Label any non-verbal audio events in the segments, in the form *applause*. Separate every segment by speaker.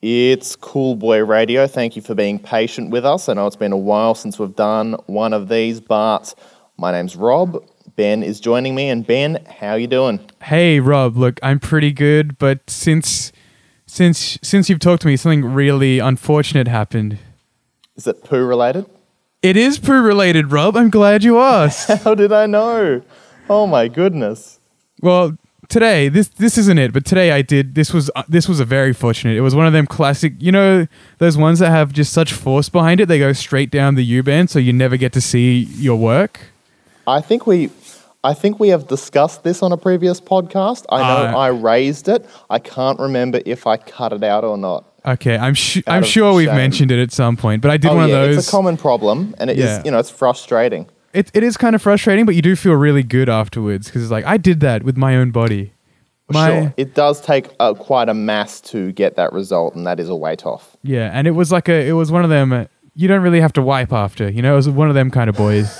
Speaker 1: It's Cool Boy Radio. Thank you for being patient with us. I know it's been a while since we've done one of these, but my name's Rob. Ben is joining me, and Ben, how you doing?
Speaker 2: Hey Rob, look, I'm pretty good, but since since since you've talked to me, something really unfortunate happened.
Speaker 1: Is it poo related? *laughs*
Speaker 2: It is poo related, Rob. I'm glad you asked.
Speaker 1: *laughs* How did I know? Oh my goodness!
Speaker 2: well, today this this isn't it, but today I did this was uh, this was a very fortunate. It was one of them classic, you know, those ones that have just such force behind it. They go straight down the U band, so you never get to see your work.
Speaker 1: I think we, I think we have discussed this on a previous podcast. I know
Speaker 2: Uh,
Speaker 1: I raised it. I can't remember if I cut it out or not.
Speaker 2: Okay, I'm sh-
Speaker 1: Out
Speaker 2: I'm
Speaker 1: of
Speaker 2: sure we've
Speaker 1: shame.
Speaker 2: mentioned it at some point, but I did
Speaker 1: Oh
Speaker 2: one
Speaker 1: yeah,
Speaker 2: of those.
Speaker 1: it's a common problem, and it is
Speaker 2: Yeah.
Speaker 1: you know it's frustrating.
Speaker 2: it, it is kind of frustrating, but you do feel really good afterwards because it's like I did that with my own body. My
Speaker 1: sure, it does take uh, quite a mass to get that result, and that is a weight off.
Speaker 2: yeah, and it was like a it was one of them. uh, You don't really have to wipe after, you know. It was one of them kind
Speaker 1: *laughs*
Speaker 2: of boys.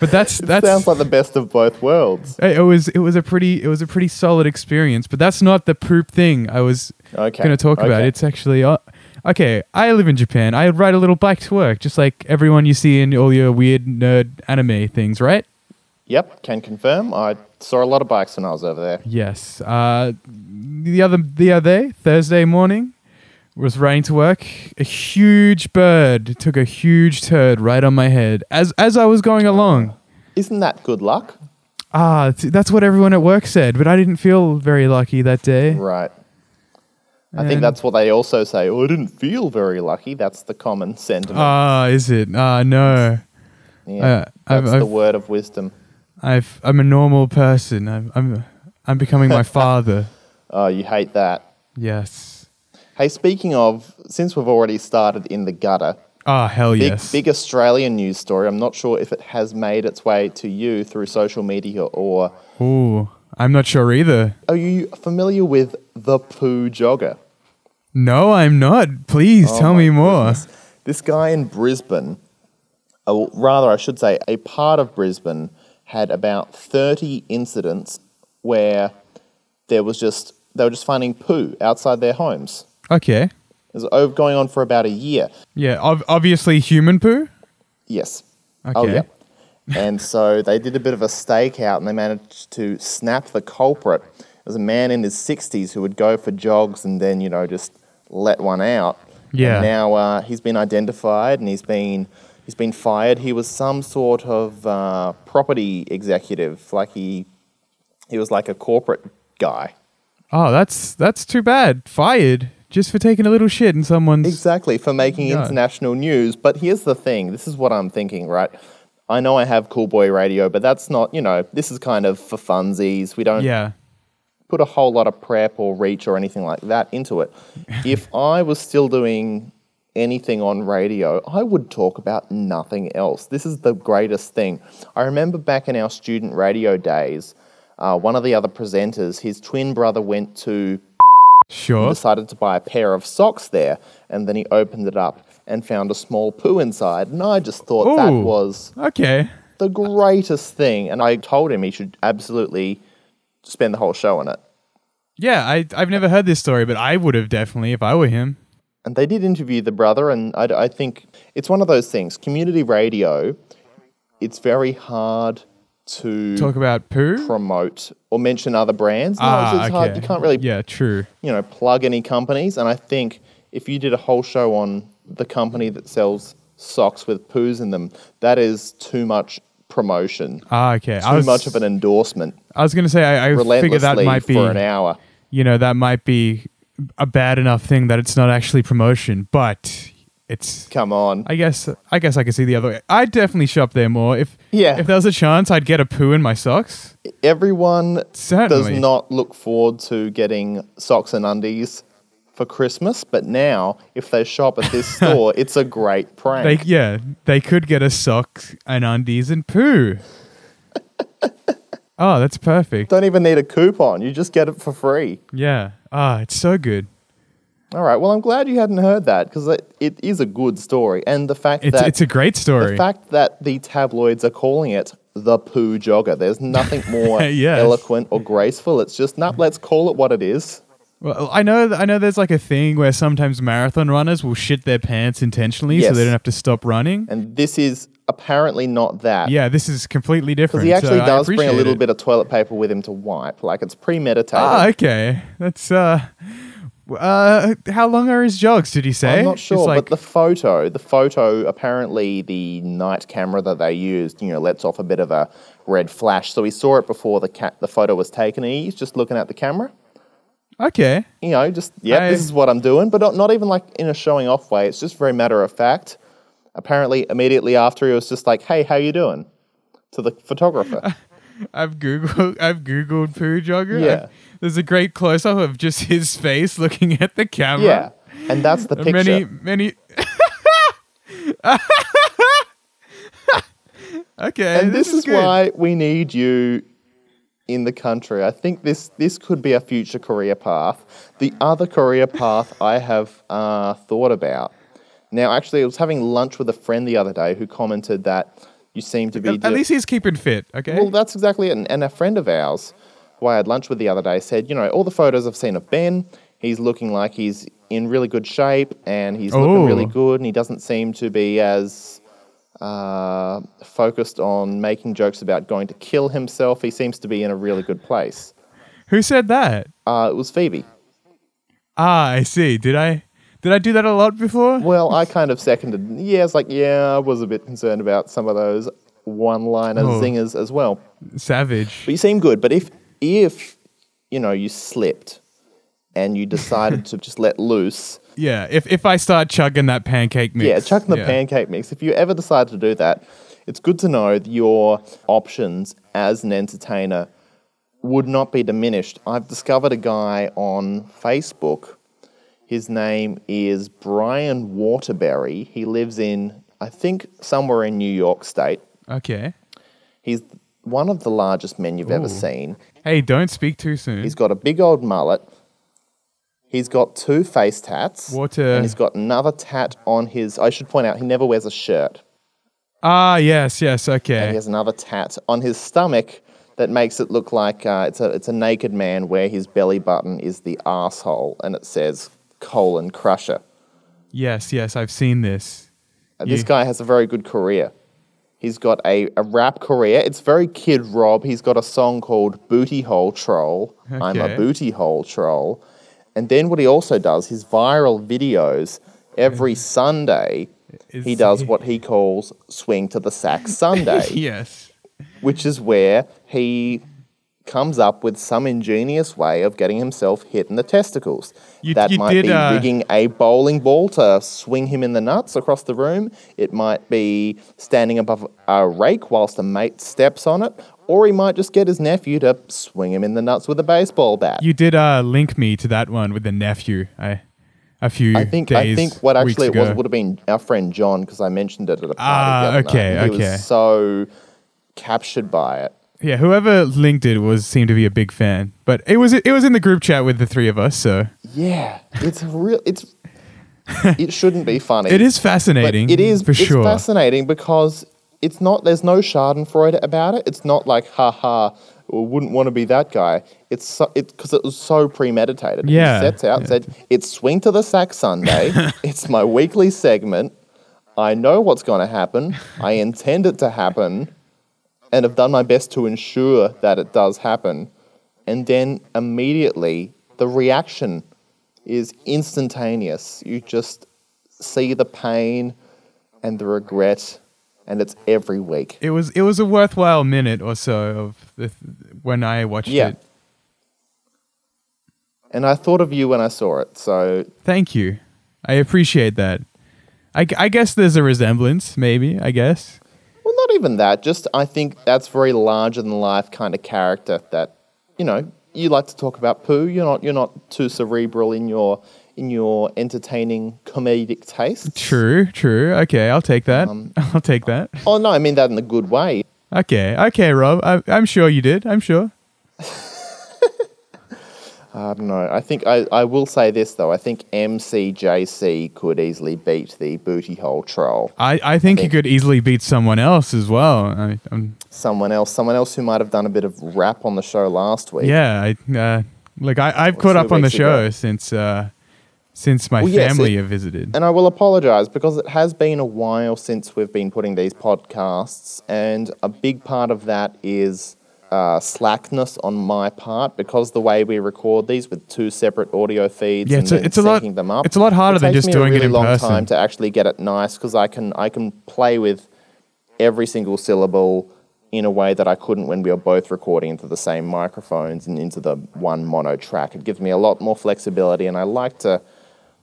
Speaker 2: but that's that's
Speaker 1: Sounds like the best of both worlds.
Speaker 2: it it was it was a pretty it was a pretty solid experience. But that's not the poop thing I was
Speaker 1: Okay,
Speaker 2: going to talk about.
Speaker 1: okay.
Speaker 2: It's actually uh, okay. I live in Japan. I ride a little bike to work, just like everyone you see in all your weird nerd anime things, right?
Speaker 1: Yep, can confirm. I saw a lot of bikes when I was over there.
Speaker 2: Yes. Uh, the other the other day, Thursday morning, was riding to work. A huge bird took a huge turd right on my head as as I was going along.
Speaker 1: Isn't that good luck?
Speaker 2: Ah, th- that's what everyone at work said, but I didn't feel very lucky that day.
Speaker 1: Right. I think
Speaker 2: And-
Speaker 1: that's what they also say. Oh, I didn't feel very lucky. That's the common sentiment.
Speaker 2: Ah, is it? Ah, no.
Speaker 1: yeah,
Speaker 2: uh, I've-
Speaker 1: that's the
Speaker 2: I've-
Speaker 1: word of wisdom.
Speaker 2: I've I'm a normal person. I'm I'm I'm
Speaker 1: *laughs*
Speaker 2: becoming my father.
Speaker 1: Oh, you hate that.
Speaker 2: Yes.
Speaker 1: Hey, speaking of, since we've already started in the gutter,
Speaker 2: Ah, hell
Speaker 1: big,
Speaker 2: yes.
Speaker 1: big Australian news story. I'm not sure if it has made its way to you through social media or.
Speaker 2: Ooh, I'm not sure either.
Speaker 1: Are you familiar with the poo jogger?
Speaker 2: No, I'm not. Please
Speaker 1: Oh
Speaker 2: tell
Speaker 1: my
Speaker 2: me more.
Speaker 1: goodness. This guy in Brisbane, or rather, I should say, a part of Brisbane had about 30 incidents where there was just, they were just finding poo outside their homes.
Speaker 2: Okay.
Speaker 1: It was over, going on for about a year.
Speaker 2: Yeah, ob- obviously human poo.
Speaker 1: Yes. Oh,
Speaker 2: Okay.
Speaker 1: and so they did a bit of a stakeout and they managed to snap the culprit. It was a man in his 60s who would go for jogs and then, you know, just let one out.
Speaker 2: Yeah.
Speaker 1: And now uh, he's been identified and he's been, he's been fired. He was some sort of uh, property executive. Like he, he was like a corporate guy.
Speaker 2: Oh, that's that's too bad. Fired just for taking a little shit in someone's.
Speaker 1: Exactly, for making
Speaker 2: Yeah.
Speaker 1: international news. But here's the thing this is what I'm thinking, right? I know I have Cool Boy Radio, but that's not, you know, this is kind of for funsies. We don't
Speaker 2: yeah.
Speaker 1: put a whole lot of prep or reach or anything like that into it. if I was still doing anything on radio, I would talk about nothing else. This is the greatest thing. I remember back in our student radio days, uh, one of the other presenters, his twin brother went to
Speaker 2: Sure.
Speaker 1: decided to buy a pair of socks there, and then he opened it up and found a small poo inside. And I just thought that
Speaker 2: Ooh.
Speaker 1: was
Speaker 2: Okay.
Speaker 1: the greatest thing. And I told him he should absolutely spend the whole show on it.
Speaker 2: Yeah, I I've never heard this story, but I would have definitely if I were him.
Speaker 1: And they did interview the brother, and I, I think it's one of those things. Community radio, it's very hard to
Speaker 2: Talk about poo.
Speaker 1: promote or mention other brands. No, it's- it's hard. You can't really
Speaker 2: Ah, Yeah, true.
Speaker 1: you know, plug any companies. And I think if you did a whole show on the company that sells socks with poos in them, that is too much promotion,
Speaker 2: Ah, okay.
Speaker 1: too
Speaker 2: I was
Speaker 1: much of an endorsement.
Speaker 2: I was gonna say I, I
Speaker 1: Relentlessly
Speaker 2: figure that might be
Speaker 1: for an hour.
Speaker 2: you know that might be a bad enough thing that it's not actually promotion, but it's
Speaker 1: Come on.
Speaker 2: I guess I guess I could see the other way. I'd definitely shop there more if
Speaker 1: Yeah.
Speaker 2: if there was a chance I'd get a poo in my socks.
Speaker 1: Everyone
Speaker 2: Certainly.
Speaker 1: does not look forward to getting socks and undies for Christmas, but now if they shop at
Speaker 2: *laughs*
Speaker 1: this store, it's a great
Speaker 2: They
Speaker 1: prank.
Speaker 2: yeah, they could get a sock and undies
Speaker 1: *laughs*
Speaker 2: and poo. oh, that's perfect.
Speaker 1: Don't even need a coupon. You just get it for free.
Speaker 2: Yeah. Ah, it's so good.
Speaker 1: All right. Well, I'm glad you hadn't heard that because it, it is a good story. And the fact
Speaker 2: It's
Speaker 1: that
Speaker 2: it's a great
Speaker 1: The
Speaker 2: story.
Speaker 1: fact that the tabloids are calling it the poo jogger, there's nothing more
Speaker 2: *laughs* Yes.
Speaker 1: eloquent or graceful. It's just, nah, let's call it what it is.
Speaker 2: Well, I know, I know. There's like a thing where sometimes marathon runners will shit their pants intentionally so
Speaker 1: Yes.
Speaker 2: they don't have to stop running.
Speaker 1: And this is apparently not that.
Speaker 2: Yeah, this is completely different.
Speaker 1: He actually
Speaker 2: so I
Speaker 1: does bring a
Speaker 2: appreciate
Speaker 1: little
Speaker 2: it.
Speaker 1: bit of toilet paper with him to wipe. Like it's premeditated.
Speaker 2: Ah, okay. That's uh, uh, how long are his jogs? Did he say?
Speaker 1: I'm not sure,
Speaker 2: It's like,
Speaker 1: but the photo, the photo, apparently the night camera that they used, you know, lets off a bit of a red flash. So he saw it before the cat, the photo was taken, and he's just looking at the camera.
Speaker 2: okay.
Speaker 1: You know, just yeah,
Speaker 2: I-
Speaker 1: this is what I'm doing, but not, not even like in a showing off way. It's just very matter of fact. Apparently, immediately after, he was just like, "Hey, how you doing?" to the
Speaker 2: *laughs*
Speaker 1: photographer.
Speaker 2: I've googled. *laughs* I've googled poo jogger.
Speaker 1: Yeah.
Speaker 2: I've- there's a great close up of just his face *laughs* looking at the camera.
Speaker 1: yeah, and that's the picture.
Speaker 2: Many, many. *laughs* okay.
Speaker 1: and this, is,
Speaker 2: good.
Speaker 1: why we need you in the country. I think this this could be a future career path. The other career path I have uh, thought about. Now, actually, I was having lunch with a friend the other day who commented that you seem to be
Speaker 2: At, at
Speaker 1: do-
Speaker 2: least he's keeping fit. Okay.
Speaker 1: well, that's exactly it. And, and a friend of ours who I had lunch with the other day said, you know, all the photos I've seen of Ben, he's looking like he's in really good shape and he's looking
Speaker 2: Oh.
Speaker 1: really good and he doesn't seem to be as uh, focused on making jokes about going to kill himself. He seems to be in a really good place.
Speaker 2: Who said that?
Speaker 1: Uh, it was Phoebe.
Speaker 2: Ah, I see. Did I? Did I do that a lot before?
Speaker 1: Well, I kind of seconded. Yeah, it's like, yeah, I was a bit concerned about some of those one liner
Speaker 2: Oh.
Speaker 1: zingers as well.
Speaker 2: Savage.
Speaker 1: But you seem good. But if if you know you slipped and you
Speaker 2: *laughs*
Speaker 1: decided to just let loose,
Speaker 2: Yeah. If if I start chugging that pancake mix.
Speaker 1: yeah, chucking the
Speaker 2: yeah.
Speaker 1: pancake mix. If you ever decide to do that, it's good to know that your options as an entertainer would not be diminished. I've discovered a guy on Facebook. His name is Brian Waterbury. He lives in, I think, somewhere in New York State.
Speaker 2: Okay.
Speaker 1: He's one of the largest men you've ever
Speaker 2: Ooh.
Speaker 1: seen.
Speaker 2: Hey, don't speak too soon.
Speaker 1: He's got a big old mullet. He's got two face tats.
Speaker 2: What a-
Speaker 1: And he's got another tat on his. I should point out he never wears a shirt.
Speaker 2: Ah, yes, yes.
Speaker 1: And he
Speaker 2: Okay.
Speaker 1: has another tat on his stomach that makes it look like uh, it's a it's a naked man where his belly button is the asshole and it says colon crusher.
Speaker 2: Yes, yes. I've seen this.
Speaker 1: Uh, This
Speaker 2: You-
Speaker 1: guy has a very good career. He's got a, a rap career. It's very Kid Rob. He's got a song called Booty Hole Troll. I'm a
Speaker 2: Okay.
Speaker 1: booty hole troll. And then what he also does, his viral videos
Speaker 2: *laughs*
Speaker 1: every Sunday,
Speaker 2: Is
Speaker 1: he does
Speaker 2: he-
Speaker 1: what he calls Swing to the
Speaker 2: *laughs*
Speaker 1: Sack Sunday,
Speaker 2: Yes.
Speaker 1: which is where he comes up with some ingenious way of getting himself hit in the testicles.
Speaker 2: You-
Speaker 1: that
Speaker 2: you
Speaker 1: might
Speaker 2: did,
Speaker 1: be
Speaker 2: uh,
Speaker 1: rigging a bowling ball to swing him in the nuts across the room. It might be standing above a rake whilst a mate steps on it, or he might just get his nephew to swing him in the nuts with a baseball bat.
Speaker 2: You did uh, link me to that one with the nephew. I a few
Speaker 1: I think
Speaker 2: days.
Speaker 1: I think what
Speaker 2: weeks
Speaker 1: actually it was
Speaker 2: ago.
Speaker 1: would have been our friend John because I mentioned it at a party.
Speaker 2: Ah,
Speaker 1: the other
Speaker 2: okay,
Speaker 1: night. He
Speaker 2: okay.
Speaker 1: was so captured by it.
Speaker 2: Yeah, whoever linked it was seemed to be a big fan. But it was it was in the group chat with the three of us, so
Speaker 1: Yeah, it's a real. It's it shouldn't be funny.
Speaker 2: it is fascinating.
Speaker 1: But it is
Speaker 2: for
Speaker 1: it's
Speaker 2: sure.
Speaker 1: fascinating because it's not there's no Schadenfreude about it. It's not like ha ha, we wouldn't want to be that guy. It's so, it because it was so premeditated.
Speaker 2: Yeah,
Speaker 1: he sets out and said it's swing to the sack
Speaker 2: *laughs*
Speaker 1: Sunday. it's my weekly segment. I know what's going to happen. I intend it to happen, and have done my best to ensure that it does happen. And then immediately the reaction is instantaneous. You just see the pain and the regret, and it's every week.
Speaker 2: It was it was a worthwhile minute or so of the th- when I watched
Speaker 1: Yeah.
Speaker 2: it.
Speaker 1: And I thought of you when I saw it. So
Speaker 2: Thank you. I appreciate that. I, g- I guess there's a resemblance, maybe. I guess.
Speaker 1: Well, not even that. Just I think that's very larger than life kind of character that, you know, you like to talk about poo. You're not you're not too cerebral in your in your entertaining comedic taste.
Speaker 2: True, true. Okay, I'll take that.
Speaker 1: Um,
Speaker 2: *laughs* I'll take that.
Speaker 1: Oh no, I mean that in a good way.
Speaker 2: Okay, okay, Rob. I, I'm sure you did. I'm sure.
Speaker 1: I don't know. I think I, I will say this though. I think MCJC could easily beat the booty hole troll.
Speaker 2: I, I think you
Speaker 1: think-
Speaker 2: could easily beat someone else as well. I, um, i
Speaker 1: Someone else, someone else who might have done a bit of rap on the show last week.
Speaker 2: yeah, I, uh, Like I, I've
Speaker 1: Or
Speaker 2: caught
Speaker 1: two
Speaker 2: up on the
Speaker 1: weeks ago.
Speaker 2: show since uh, since my
Speaker 1: Well, yes,
Speaker 2: family
Speaker 1: it-
Speaker 2: have visited.
Speaker 1: And I will apologize because it has been a while since we've been putting these podcasts, and a big part of that is uh, slackness on my part because the way we record these with two separate audio feeds
Speaker 2: Yeah,
Speaker 1: and
Speaker 2: it's a-
Speaker 1: then
Speaker 2: it's a lot-
Speaker 1: syncing them up.
Speaker 2: it's a lot harder
Speaker 1: it
Speaker 2: than
Speaker 1: takes
Speaker 2: just
Speaker 1: me
Speaker 2: doing
Speaker 1: a
Speaker 2: it
Speaker 1: really
Speaker 2: in
Speaker 1: long
Speaker 2: person.
Speaker 1: time to actually get it nice because I can I can play with every single syllable in a way that I couldn't when we were both recording into the same microphones and into the one mono track. It gives me a lot more flexibility, and I like to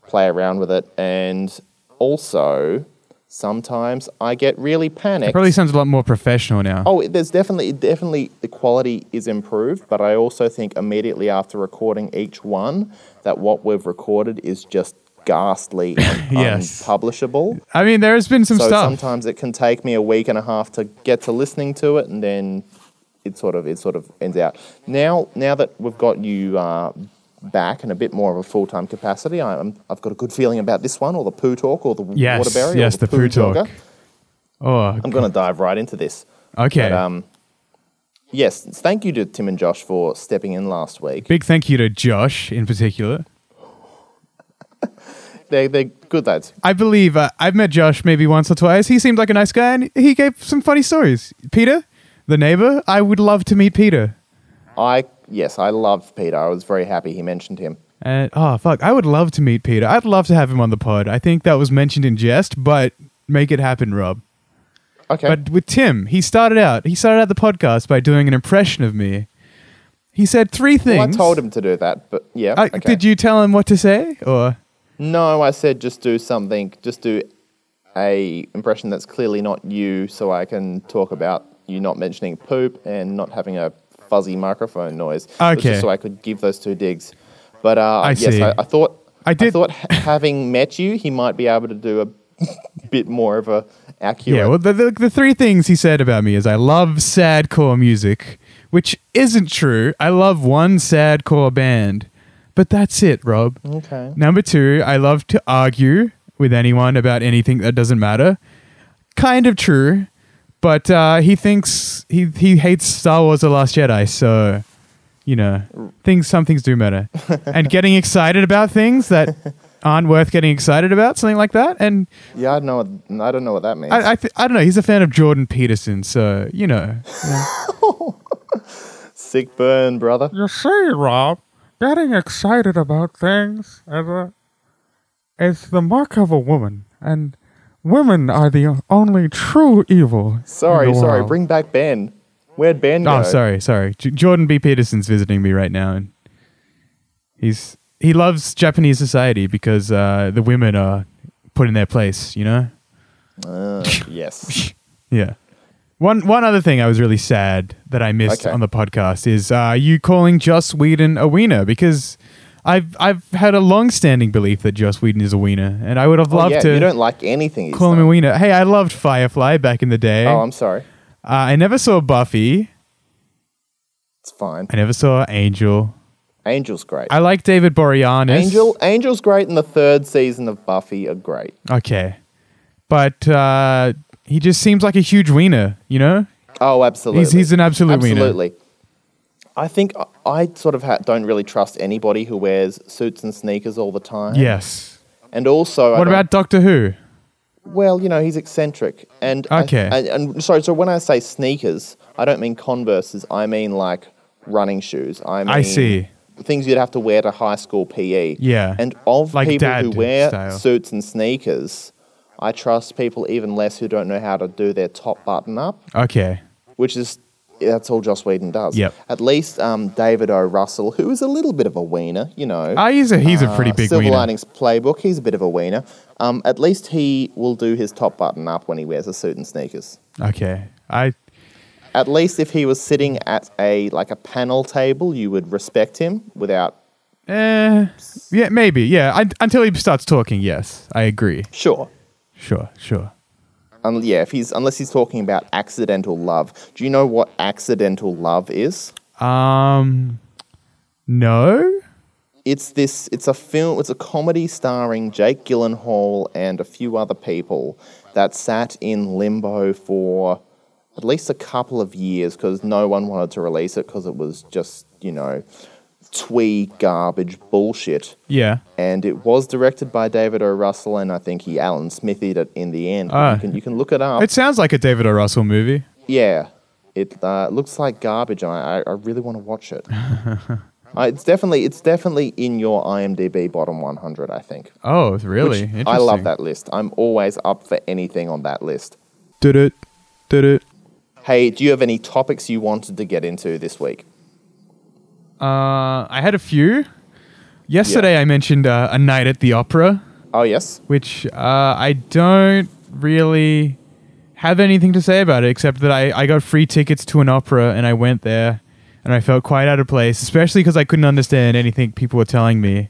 Speaker 1: play around with it. And also, sometimes I get really panicked.
Speaker 2: Probably sounds a lot more professional now.
Speaker 1: Oh, it- there's definitely definitely the quality is improved, but I also think immediately after recording each one that what we've recorded is just
Speaker 2: *laughs*
Speaker 1: ghastly and
Speaker 2: Yes.
Speaker 1: unpublishable.
Speaker 2: I mean, there has been some
Speaker 1: so
Speaker 2: stuff.
Speaker 1: sometimes it can take me a week and a half to get to listening to it, and then it sort of it sort of ends out. Now now that we've got you uh, back in a bit more of a full time capacity, I, I'm, I've got a good feeling about this one, or the poo talk, or the
Speaker 2: Yes,
Speaker 1: water barrier,
Speaker 2: yes,
Speaker 1: or the,
Speaker 2: the poo talk.
Speaker 1: jogger.
Speaker 2: oh,
Speaker 1: I'm going to dive right into this.
Speaker 2: okay.
Speaker 1: But, um, yes, thank you to Tim and Josh for stepping in last week.
Speaker 2: Big thank you to Josh in particular.
Speaker 1: They're, they're good lads.
Speaker 2: I believe uh, I've met Josh maybe once or twice. He seemed like a nice guy, and he gave some funny stories. Peter, the neighbor, I would love to meet Peter.
Speaker 1: I yes, I loved Peter. I was very happy he mentioned him.
Speaker 2: And oh fuck, I would love to meet Peter. I'd love to have him on the pod. I think that was mentioned in jest, but make it happen, Rob.
Speaker 1: Okay,
Speaker 2: But with Tim, he started out. He started out the podcast by doing an impression of me. He said three things.
Speaker 1: well, I told him to do that, but yeah.
Speaker 2: I-
Speaker 1: okay.
Speaker 2: Did you tell him what to say, or
Speaker 1: No, I said just do something. Just do a impression that's clearly not you, so I can talk about you not mentioning poop and not having a fuzzy microphone noise. It was
Speaker 2: Okay.
Speaker 1: just so I could give those two digs. But uh,
Speaker 2: I
Speaker 1: yes,
Speaker 2: see.
Speaker 1: I, I thought
Speaker 2: I did-
Speaker 1: thought ha- having met you, he might be able to do a *laughs* bit more of a accurate.
Speaker 2: yeah? Well, the, the the three things he said about me is I love sad core music, which isn't true. I love one sad core band, but that's it, Rob.
Speaker 1: okay.
Speaker 2: Number two, I love to argue with anyone about anything that doesn't matter. Kind of true, but uh, he thinks he he hates Star Wars: The Last Jedi, so you know things. Some things
Speaker 1: *laughs*
Speaker 2: do matter, and getting excited about things that aren't worth getting excited about, something like that. And
Speaker 1: Yeah, I know. what- I don't know what that means.
Speaker 2: I I, th- I don't know. He's a fan of Jordan Peterson, so you know.
Speaker 1: Sick burn, brother.
Speaker 3: You see, Rob, getting excited about things is, a, is the mark of a woman, and women are the only true evil. in
Speaker 1: Sorry,
Speaker 3: the
Speaker 1: sorry.
Speaker 3: world.
Speaker 1: Bring back Ben. Where'd Ben
Speaker 2: Oh,
Speaker 1: go?
Speaker 2: sorry, sorry. J- Jordan B. Peterson's visiting me right now, and he's he loves Japanese society because uh, the women are put in their place. You know,
Speaker 1: Uh, yes.
Speaker 2: *laughs* yeah. One one other thing I was really sad that I missed
Speaker 1: Okay.
Speaker 2: on the podcast is uh, you calling Joss Whedon a wiener because I've I've had a long-standing belief that Joss Whedon is a wiener, and I would have
Speaker 1: Oh,
Speaker 2: loved
Speaker 1: yeah, you
Speaker 2: to
Speaker 1: don't like anything. he's
Speaker 2: call him
Speaker 1: done.
Speaker 2: a wiener. Hey, I loved Firefly back in the day.
Speaker 1: Oh, I'm sorry.
Speaker 2: uh, I never saw Buffy.
Speaker 1: It's fine.
Speaker 2: I never saw Angel.
Speaker 1: Angel's great.
Speaker 2: I like David Boreanaz.
Speaker 1: Angel, Angel's great, and the third season of Buffy are great.
Speaker 2: Okay. But uh, he just seems like a huge wiener, you know?
Speaker 1: Oh, absolutely.
Speaker 2: He's, he's an absolute wiener.
Speaker 1: absolutely. I think I, I sort of ha- don't really trust anybody who wears suits and sneakers all the time.
Speaker 2: Yes.
Speaker 1: And also, I
Speaker 2: What
Speaker 1: don't-
Speaker 2: about Doctor Who?
Speaker 1: Well, you know, he's eccentric. And I-
Speaker 2: Okay.
Speaker 1: and, and sorry, so when I say sneakers, I don't mean Converses. I mean like running shoes. I mean
Speaker 2: I see.
Speaker 1: things you'd have to wear to high school PE.
Speaker 2: Yeah.
Speaker 1: And of
Speaker 2: Like
Speaker 1: people
Speaker 2: dad
Speaker 1: who wear
Speaker 2: style.
Speaker 1: suits and sneakers, I trust people even less who don't know how to do their top button up,
Speaker 2: Okay.
Speaker 1: which is that's all Joss Whedon does.
Speaker 2: Yep.
Speaker 1: At least um, David O. Russell, who is a little bit of a wiener, you know.
Speaker 2: Ah, he's a, he's a pretty
Speaker 1: Uh,
Speaker 2: big
Speaker 1: Silver
Speaker 2: wiener.
Speaker 1: Linings Playbook. He's a bit of a wiener. Um, at least he will do his top button up when he wears a suit and sneakers.
Speaker 2: Okay. I
Speaker 1: At least if he was sitting at a like a panel table, you would respect him without.
Speaker 2: eh, yeah, maybe. Yeah, I, until he starts talking, yes. I agree.
Speaker 1: Sure.
Speaker 2: Sure, sure.
Speaker 1: Um, yeah, if he's unless he's talking about accidental love. Do you know what accidental love is?
Speaker 2: Um no?
Speaker 1: It's this. It's a film. It's a comedy starring Jake Gyllenhaal and a few other people that sat in limbo for at least a couple of years because no one wanted to release it because it was just you know twee garbage bullshit.
Speaker 2: Yeah.
Speaker 1: And it was directed by David O. Russell, and I think he Alan Smithied it in the end.
Speaker 2: Ah.
Speaker 1: you, can, you can look it up.
Speaker 2: It sounds like a David O. Russell movie.
Speaker 1: Yeah, it uh, looks like garbage, and I, I- I really want to watch
Speaker 2: *laughs*
Speaker 1: it. Uh, it's definitely it's definitely in your IMDb bottom 100, I think.
Speaker 2: Oh, really?
Speaker 1: Which
Speaker 2: Interesting.
Speaker 1: I love that list. I'm always up for anything on that list.
Speaker 2: Did it? Did it?
Speaker 1: Hey, do you have any topics you wanted to get into this week?
Speaker 2: Uh, I had a few. Yesterday, I mentioned uh, a night at the opera,
Speaker 1: Oh yes,
Speaker 2: which uh, I don't really have anything to say about it, except that I, I got free tickets to an opera and I went there, and I felt quite out of place, especially because I couldn't understand anything people were telling me.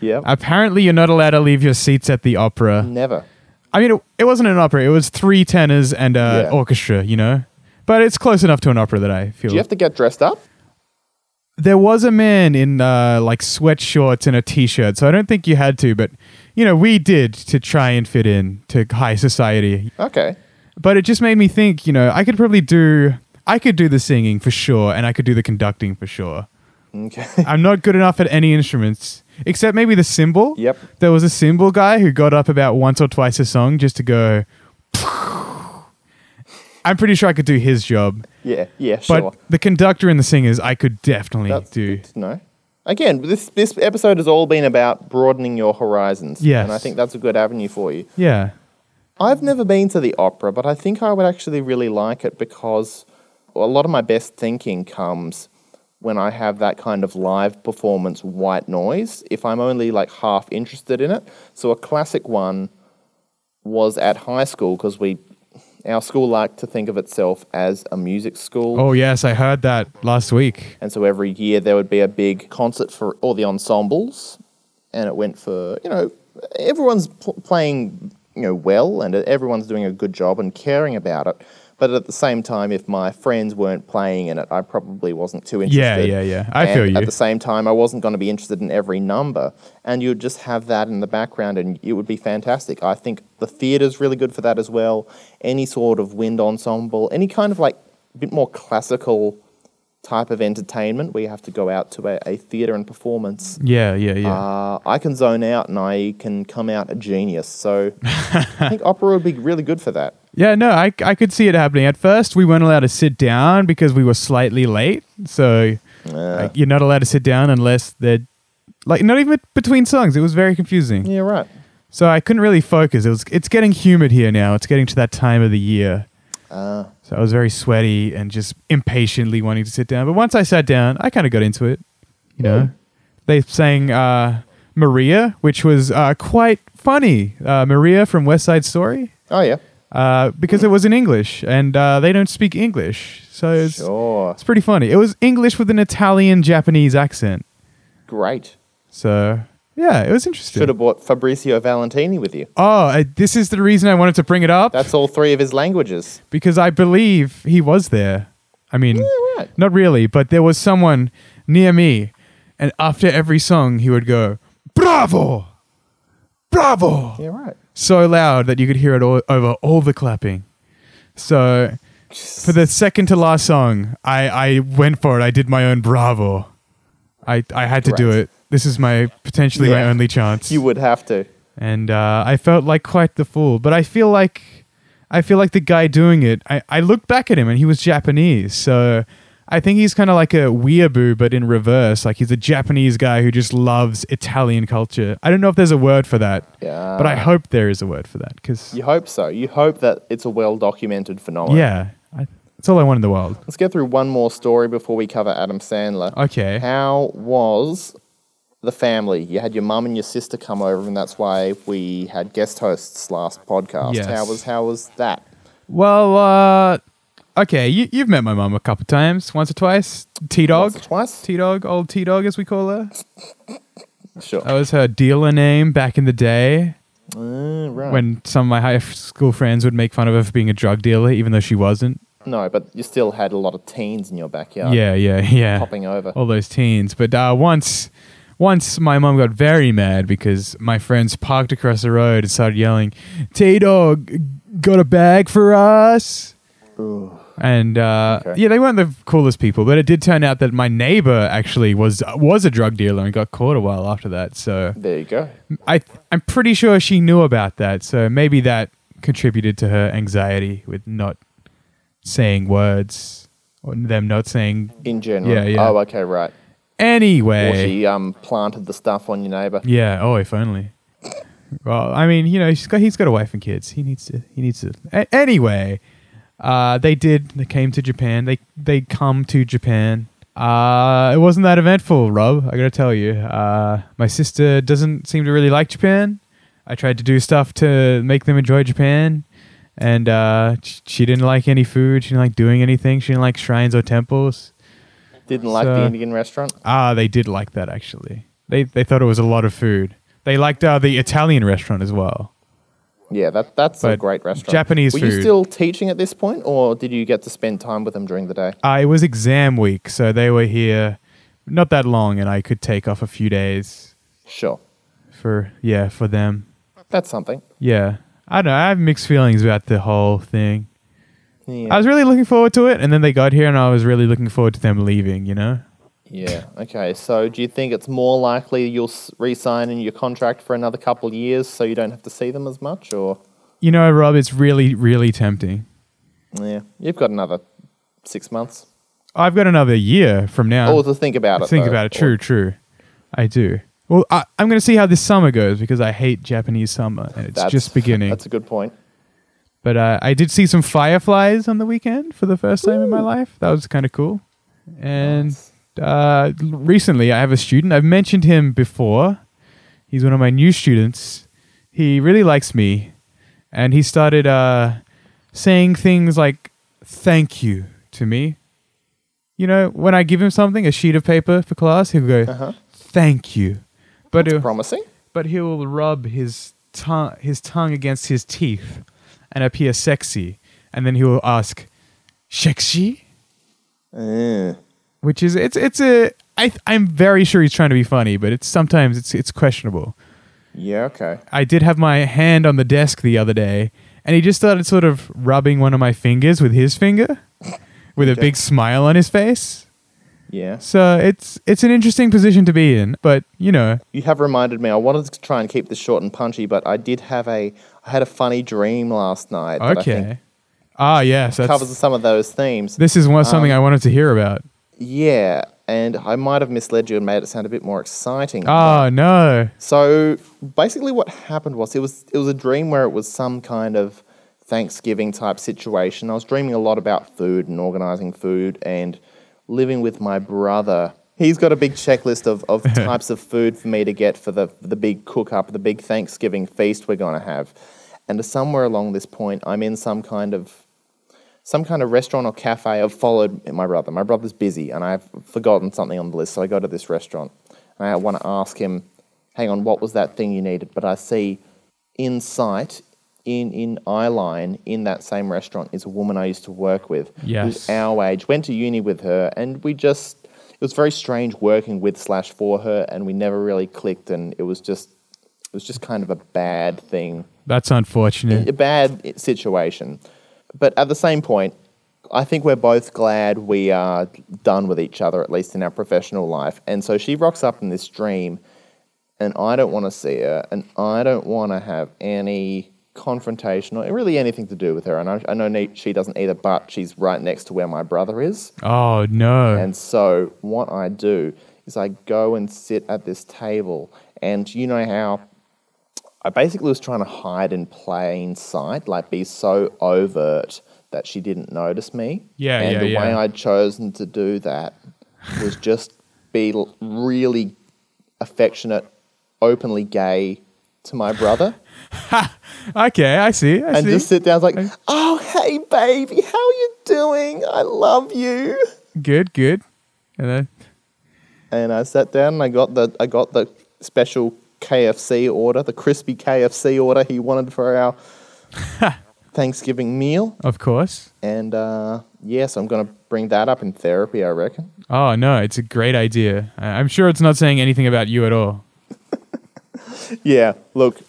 Speaker 1: yeah,
Speaker 2: Apparently, you're not allowed to leave your seats at the opera.
Speaker 1: never.
Speaker 2: I mean, it, it wasn't an opera. It was three tenors and uh,
Speaker 1: Yeah.
Speaker 2: orchestra, you know? But it's close enough to an opera that I feel.
Speaker 1: Do you have to get dressed up?
Speaker 2: there was a man in uh, like sweatshorts and a t shirt, so I don't think you had to, but, you know, we did to try and fit in to high society.
Speaker 1: Okay,
Speaker 2: But it just made me think, you know, I could probably do. I could do the singing for sure, and I could do the conducting for sure.
Speaker 1: okay. *laughs*
Speaker 2: I'm not good enough at any instruments except maybe the cymbal.
Speaker 1: Yep.
Speaker 2: There was a cymbal guy who got up about once or twice a song just to go. *laughs* I'm pretty sure I could do his job,
Speaker 1: yeah, yeah, sure.
Speaker 2: but *laughs* the conductor and the singers I could definitely
Speaker 1: That's
Speaker 2: do.
Speaker 1: good to know. Again, this this episode has all been about broadening your horizons.
Speaker 2: Yes.
Speaker 1: and I think that's a good avenue for you.
Speaker 2: Yeah.
Speaker 1: I've never been to the opera, but I think I would actually really like it because a lot of my best thinking comes when I have that kind of live performance white noise, if I'm only like half interested in it. So a classic one was at high school because we our school liked to think of itself as a music school.
Speaker 2: Oh yes, I heard that last week.
Speaker 1: And so every year there would be a big concert for all the ensembles, and it went for you know everyone's pl- playing you know well, and everyone's doing a good job and caring about it. But at the same time, if my friends weren't playing in it, I probably wasn't too
Speaker 2: Yeah,
Speaker 1: interested.
Speaker 2: yeah, yeah. I
Speaker 1: And
Speaker 2: feel you.
Speaker 1: At the same time, I wasn't going to be interested in every number, and you'd just have that in the background, and it would be fantastic. I think the theatre's really good for that as well. Any sort of wind ensemble, any kind of like bit more classical type of entertainment where you have to go out to a, a theater and performance.
Speaker 2: Yeah, yeah, yeah.
Speaker 1: Uh, I can zone out and I can come out a genius. So I think opera would be really good for that.
Speaker 2: yeah, no, I, I could see it happening. At first, we weren't allowed to sit down because we were slightly late. So
Speaker 1: Yeah,
Speaker 2: like, you're not allowed to sit down unless they're like not even between songs. It was very confusing.
Speaker 1: yeah right.
Speaker 2: So I couldn't really focus. It was it's getting humid here now. It's getting to that time of the year.
Speaker 1: Uh,
Speaker 2: So I was very sweaty and just impatiently wanting to sit down. But once I sat down, I kind of got into it. You know, they sang uh, Maria, which was uh, quite funny. Uh, Maria from West Side Story,
Speaker 1: oh, yeah.
Speaker 2: uh, because it was in English and uh, they don't speak English, so it's
Speaker 1: Sure.
Speaker 2: it's pretty funny. It was English with an Italian Japanese accent.
Speaker 1: Great.
Speaker 2: So yeah, it was interesting.
Speaker 1: Should have brought Fabrizio Valentini with you.
Speaker 2: Oh, I, this is the reason I wanted to bring it up
Speaker 1: That's all three of his languages.
Speaker 2: because I believe he was there. I mean,
Speaker 1: right.
Speaker 2: not really, but there was someone near me, and after every song, he would go, Bravo! Bravo!
Speaker 1: Yeah, right.
Speaker 2: So loud that you could hear it all, over all the clapping. So, for the second to last song, I, I went for it. I did my own Bravo. I, I had to do
Speaker 1: Right.
Speaker 2: it. This is my potentially my
Speaker 1: Yeah.
Speaker 2: only chance
Speaker 1: You would have to.
Speaker 2: and uh, I felt like quite the fool. But I feel like I feel like the guy doing it. I, I looked back at him and he was Japanese, so I think he's kind of like a weeaboo, but in reverse. Like he's a Japanese guy who just loves Italian culture. I don't know if there's a word for that,
Speaker 1: Yeah.
Speaker 2: but I hope there is a word for that because
Speaker 1: You hope so. You hope that it's a well documented phenomenon.
Speaker 2: yeah, I, it's all I want in the world.
Speaker 1: Let's get through one more story before we cover Adam Sandler.
Speaker 2: Okay.
Speaker 1: How was the family? You had your mum and your sister come over, and that's why we had guest hosts last podcast.
Speaker 2: Yes.
Speaker 1: How was how was that?
Speaker 2: Well, uh, okay, you, you've met my mum a couple times, once or twice. T
Speaker 1: Once
Speaker 2: dog,
Speaker 1: or twice?
Speaker 2: T dog, old T dog as we call her.
Speaker 1: Sure.
Speaker 2: That was her dealer name back in the day.
Speaker 1: Uh, right.
Speaker 2: when some of my high school friends would make fun of her for being a drug dealer, even though she wasn't.
Speaker 1: no, but you still had a lot of teens in your backyard.
Speaker 2: yeah, yeah, yeah.
Speaker 1: Popping Oh. over.
Speaker 2: All those teens. But uh, once, once my mom got very mad because my friends parked across the road and started yelling, "T Dog, got a bag for us?" And uh,
Speaker 1: Okay.
Speaker 2: yeah, they weren't the coolest people, but it did turn out that my neighbor actually was was a drug dealer and got caught a while after that. So
Speaker 1: There you go.
Speaker 2: I I'm pretty sure she knew about that. So maybe that contributed to her anxiety with not saying words or them not saying
Speaker 1: In general.
Speaker 2: Yeah, yeah.
Speaker 1: Oh, okay, right.
Speaker 2: anyway.
Speaker 1: Or she um, planted the stuff on your neighbour.
Speaker 2: Yeah. Oh, if only. Well, I mean, you know, she's got he's got a wife and kids. He needs to. He needs to. A- anyway, uh, they did. They came to Japan. They they come to Japan. Uh, it wasn't that eventful, Rob. I gotta tell you. Uh, my sister doesn't seem to really like Japan. I tried to do stuff to make them enjoy Japan, and uh, sh- she didn't like any food. She didn't like doing anything. She didn't like shrines or temples.
Speaker 1: Didn't like
Speaker 2: So-
Speaker 1: the Indian restaurant.
Speaker 2: Ah, they did like that actually. They they thought it was a lot of food. They liked uh, the Italian restaurant as well.
Speaker 1: Yeah, that that's a
Speaker 2: But
Speaker 1: great restaurant.
Speaker 2: Japanese
Speaker 1: Were
Speaker 2: food.
Speaker 1: you still teaching at this point, or did you get to spend time with them during the day?
Speaker 2: Uh, it was exam week, so they were here not that long, and I could take off a few days
Speaker 1: Sure,
Speaker 2: for yeah for them.
Speaker 1: that's something.
Speaker 2: Yeah, I don't know. I have mixed feelings about the whole thing.
Speaker 1: Yeah.
Speaker 2: I was really looking forward to it, and then they got here, and I was really looking forward to them leaving. You know.
Speaker 1: yeah. Okay. So, do you think it's more likely you'll s- re-sign in your contract for another couple of years, so you don't have to see them as much, or
Speaker 2: You know, Rob, it's really, really tempting.
Speaker 1: yeah, you've got another six months
Speaker 2: I've got another year from now.
Speaker 1: or to think about it.
Speaker 2: Uh, Think
Speaker 1: though,
Speaker 2: about it.
Speaker 1: or-
Speaker 2: True, true. I do. Well, I, I'm going to see how this summer goes because I hate Japanese summer. And it's
Speaker 1: That's-
Speaker 2: just beginning.
Speaker 1: That's a good point.
Speaker 2: But uh, I did see some fireflies on the weekend for the first time in my life. That was kind of cool. And uh, l- recently, I have a student. I've mentioned him before. He's one of my new students. He really likes me, and he started uh, saying things like "thank you" to me. You know, when I give him something, a sheet of paper for class, he'll go, "Thank you," but uh, it-
Speaker 1: Promising.
Speaker 2: but he will rub his tongue his tongue against his teeth and appear sexy and then he will ask sexy
Speaker 1: Mm.
Speaker 2: which is it's it's a I th- I'm very sure he's trying to be funny but it's sometimes it's it's questionable
Speaker 1: Yeah. Okay.
Speaker 2: I did have my hand on the desk the other day and he just started sort of rubbing one of my fingers with his finger with a big smile on his face
Speaker 1: Yeah.
Speaker 2: so it's it's an interesting position to be in but you know
Speaker 1: You have reminded me. I wanted to try and keep this short and punchy, but I did have a I had a funny dream last night. that I think
Speaker 2: okay ah yes that's
Speaker 1: covers Um, some of those themes.
Speaker 2: This is one, something I wanted to hear about.
Speaker 1: yeah, and I might have misled you and made it sound a bit more exciting.
Speaker 2: Oh no!
Speaker 1: So basically, what happened was it was it was a dream where it was some kind of Thanksgiving type situation. I was dreaming a lot about food and organizing food and living with my brother. He's got a big checklist of, of types of food for me to get for the the big cook up, the big Thanksgiving feast we're gonna have. And somewhere along this point, I'm in some kind of some kind of restaurant or cafe. I've followed my brother. My brother's busy, and I've forgotten something on the list, so I go to this restaurant. And I want to ask him, "Hang on, what was that thing you needed?" But I see in sight, in in eye line, in that same restaurant is a woman I used to work with,
Speaker 2: Yes.
Speaker 1: who's our age. Went to uni with her, and we just it was very strange working with slash for her, and we never really clicked, and it was just it was just kind of a bad thing
Speaker 2: That's unfortunate.
Speaker 1: a bad situation. But at the same point, I think we're both glad we are done with each other, at least in our professional life. And so she rocks up in this dream, and I don't want to see her, and I don't want to have any confrontation or really anything to do with her. And I, I know ne- she doesn't either, but she's right next to where my brother is.
Speaker 2: Oh no!
Speaker 1: And so what I do is I go and sit at this table, and you know how I basically was trying to hide in plain sight, like be so overt that she didn't notice me.
Speaker 2: Yeah,
Speaker 1: and
Speaker 2: yeah,
Speaker 1: the way
Speaker 2: yeah.
Speaker 1: I'd chosen to do that was just be l- really affectionate, openly gay to my brother.
Speaker 2: okay, I see. I
Speaker 1: and
Speaker 2: see.
Speaker 1: just sit down like, oh hey baby, how are you doing? I love you.
Speaker 2: good, good. And then,
Speaker 1: and I sat down and I got the I got the special KFC order, the crispy KFC order he wanted for
Speaker 2: *laughs*
Speaker 1: our Thanksgiving meal.
Speaker 2: of course.
Speaker 1: And uh, yes, I'm gonna bring that up in therapy, I reckon.
Speaker 2: Oh no! It's a great idea. I- I'm sure it's not saying anything about you at all.
Speaker 1: Yeah, look,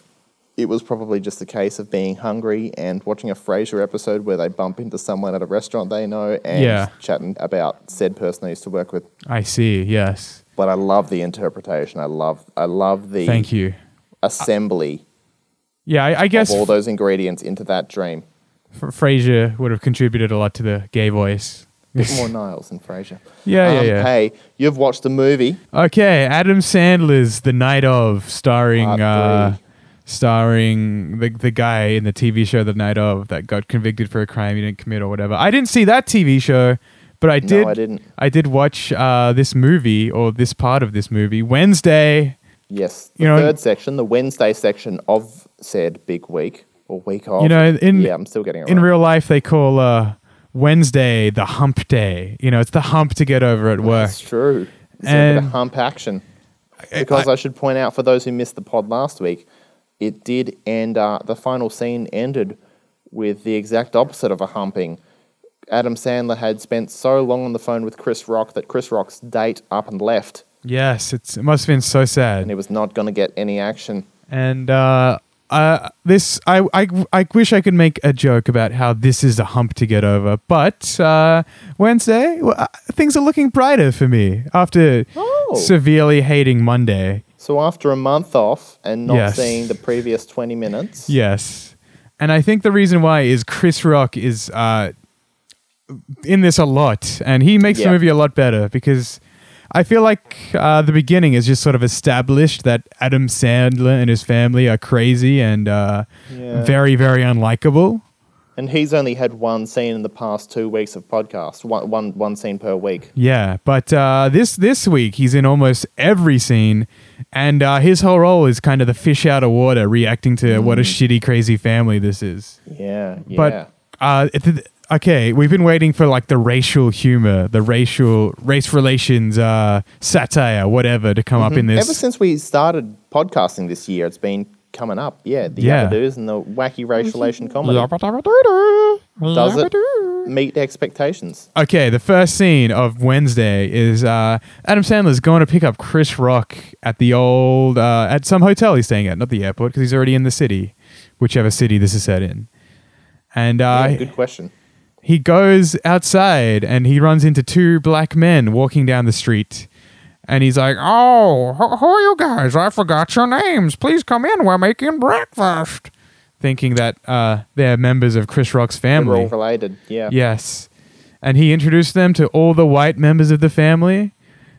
Speaker 1: it was probably just a case of being hungry and watching a Frasier episode where they bump into someone at a restaurant they know and
Speaker 2: Yeah.
Speaker 1: chatting about said person I used to work with.
Speaker 2: I see. Yes.
Speaker 1: But I love the interpretation. I love I love the
Speaker 2: Thank you.
Speaker 1: assembly
Speaker 2: Yeah, I, I guess
Speaker 1: of all those ingredients into that dream.
Speaker 2: F- Frasier would have contributed a lot to the gay voice.
Speaker 1: Bit
Speaker 2: *laughs*
Speaker 1: more Niles and Frasier.
Speaker 2: Yeah, yeah,
Speaker 1: Um,
Speaker 2: yeah.
Speaker 1: Hey, you've watched the movie.
Speaker 2: Okay, Adam Sandler's The Night of, starring
Speaker 1: Part
Speaker 2: uh,
Speaker 1: three.
Speaker 2: starring the the guy in the TV show The Night of that got convicted for a crime he didn't commit or whatever. I didn't see that TV show, but I did
Speaker 1: I didn't.
Speaker 2: I did watch uh, this movie or this part of this movie Wednesday.
Speaker 1: Yes, the
Speaker 2: You know-
Speaker 1: third section, the Wednesday section of said big week or week of.
Speaker 2: You know, in-
Speaker 1: yeah, I'm still getting it
Speaker 2: In
Speaker 1: right.
Speaker 2: real life, they call uh, Wednesday the hump day. You know, it's the hump to get over at work.
Speaker 1: That's true. It's a bit
Speaker 2: And-
Speaker 1: of hump action. Because I, should point out for those who missed the pod last week, it did end. Uh, the final scene ended with the exact opposite of a humping. Adam Sandler had spent so long on the phone with Chris Rock that Chris Rock's date up and left,
Speaker 2: Yes, it's, it must have been so sad.
Speaker 1: and he was not going to get any action.
Speaker 2: and uh, uh, this I, I I wish I could make a joke about how this is a hump to get over, but uh, Wednesday well, uh, things are looking brighter for me after
Speaker 1: Oh.
Speaker 2: severely hating Monday.
Speaker 1: So after a month off and not
Speaker 2: Yes.
Speaker 1: seeing the previous twenty minutes,
Speaker 2: Yes, and I think the reason why is Chris Rock is uh, in this a lot, and he makes the
Speaker 1: Yeah.
Speaker 2: movie a lot better because. I feel like uh, the beginning is just sort of established that Adam Sandler and his family are crazy and uh,
Speaker 1: Yeah.
Speaker 2: very, very unlikable.
Speaker 1: and he's only had one scene in the past two weeks of podcast, one, one, one scene per week.
Speaker 2: Yeah, but uh, this this week he's in almost every scene, and uh, his whole role is kind of the fish out of water, reacting to what a
Speaker 1: Mm.
Speaker 2: shitty, crazy family this is.
Speaker 1: Yeah, yeah.
Speaker 2: But uh, it, th- okay, we've been waiting for like the racial humor, the racial race relations uh, satire, whatever, to come up in this.
Speaker 1: Mm-hmm. Ever since we started podcasting this year, it's been coming up. Yeah, the
Speaker 2: Yeah.
Speaker 1: yeah. Yabadoos and the wacky racialization comedy. Does it meet expectations?
Speaker 2: Mm-hmm. Okay, the first scene of Wednesday is uh, Adam Sandler's going to pick up Chris Rock at the old uh, at some hotel he's staying at, not the airport, because he's already in the city, whichever city this is set in. And uh,
Speaker 1: Yeah, Good question.
Speaker 2: he goes outside and he runs into two black men walking down the street, and he's like,
Speaker 3: Oh, who, who are you guys? I forgot your names. Please come in. We're making breakfast.
Speaker 2: thinking that uh, they're members of Chris Rock's
Speaker 1: They're
Speaker 2: family.
Speaker 1: all related. Yeah.
Speaker 2: Yes. And he introduced them to all the white members of the family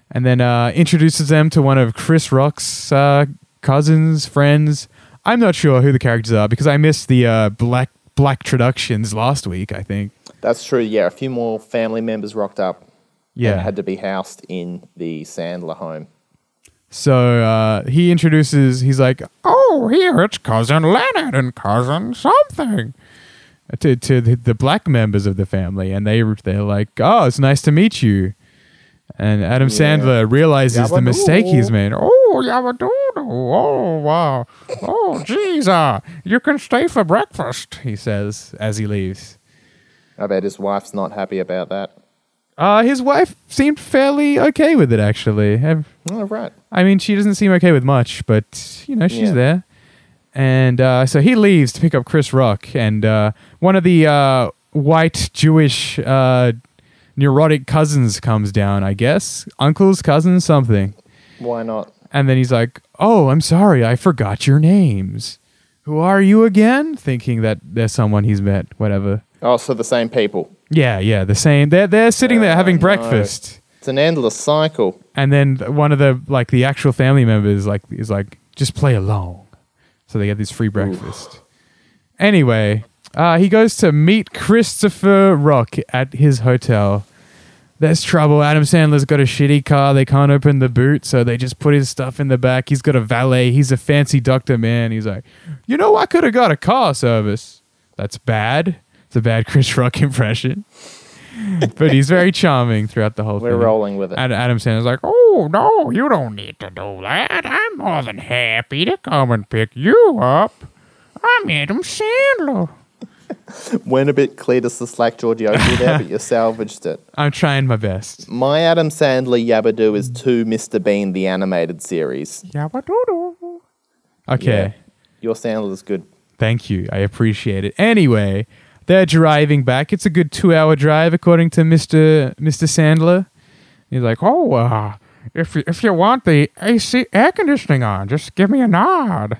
Speaker 2: and then uh, introduces them to one of Chris Rock's uh, cousins, friends. I'm not sure who the characters are because I missed the uh, black black traductions last week, I think.
Speaker 1: That's true. Yeah. A few more family members rocked up
Speaker 2: Yeah.
Speaker 1: and had to be housed in the Sandler home.
Speaker 2: so uh, he introduces, he's like,
Speaker 3: Oh, here it's cousin Leonard and cousin something.
Speaker 2: Uh, to, to the, the black members of the family and they they're like, "Oh, it's nice to meet you." And Adam Sandler realizes the
Speaker 1: Yabba-doo.
Speaker 2: mistake he's made.
Speaker 3: Oh, yabadoodoo. Oh, wow. Oh, geez. Uh, you can stay for breakfast.
Speaker 2: He says as he leaves.
Speaker 1: I bet his wife's not happy about that.
Speaker 2: Uh, his wife seemed fairly okay with it actually. Ev-
Speaker 1: Oh, right.
Speaker 2: I mean, she doesn't seem okay with much, but you know, she's
Speaker 1: Yeah.
Speaker 2: there. And uh, so he leaves to pick up Chris Rock, and uh, one of the uh, white Jewish uh, neurotic cousins comes down, I guess, uncles, cousins, something.
Speaker 1: Why not?
Speaker 2: And then he's like, "Oh, I'm sorry, I forgot your names. Who are you again?" Thinking that there's someone he's met, whatever.
Speaker 1: Oh, so the same people.
Speaker 2: Yeah, yeah, the same. They're they're sitting there
Speaker 1: Oh,
Speaker 2: having
Speaker 1: no.
Speaker 2: breakfast,
Speaker 1: It's an endless cycle.
Speaker 2: and then th- one of the like the actual family members like is like, "Just play along," so they get this free breakfast. Anyway, uh, he goes to meet Christopher Rock at his hotel. There's trouble. Adam Sandler's got a shitty car. They can't open the boot, so they just put his stuff in the back. He's got a valet. He's a fancy doctor man. He's like, you know, I could have got a car service. That's bad. It's a bad *laughs* Chris Rock impression. but he's very charming throughout the whole
Speaker 1: We're
Speaker 2: thing.
Speaker 1: rolling with it.
Speaker 2: Ad- Adam Sandler's like, oh,
Speaker 3: Oh, no, you don't need to do that. I'm more than happy to come and pick you up. I'm Adam Sandler.
Speaker 1: Went a bit clear to the slack Georgiou there,
Speaker 2: *laughs*
Speaker 1: but you salvaged it.
Speaker 2: I'm trying my best.
Speaker 1: My Adam Sandler Yabadoo is to Mr. Bean the animated series.
Speaker 3: Yabadoodoo.
Speaker 2: Okay.
Speaker 1: Your sound is good.
Speaker 2: Thank you. I appreciate it. Anyway, they're driving back. It's a good two-hour drive, according to Mister Mister Sandler. He's like,
Speaker 3: Oh, uh, if you, if you want the AC air conditioning on, just give me a nod.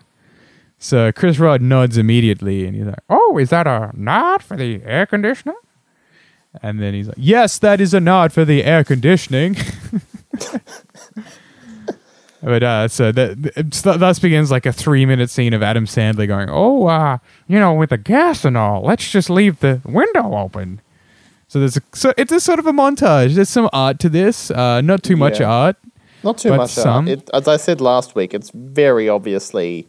Speaker 2: so Chris Rod nods immediately, and he's like,
Speaker 3: Oh, is that a nod for the air conditioner?
Speaker 2: and then he's like, "Yes, that is a nod for the air conditioning." *laughs* but uh, so that th- thus begins like a three-minute scene of Adam Sandler going, "Oh."
Speaker 3: Oh, uh, you know, with the gas and all, let's just leave the window open.
Speaker 2: So there's a, so it's a sort of a montage. There's some art to this, uh, not too much
Speaker 1: Yeah.
Speaker 2: art.
Speaker 1: Not too
Speaker 2: But
Speaker 1: much. uh,
Speaker 2: some-
Speaker 1: it, as I said last week, it's very obviously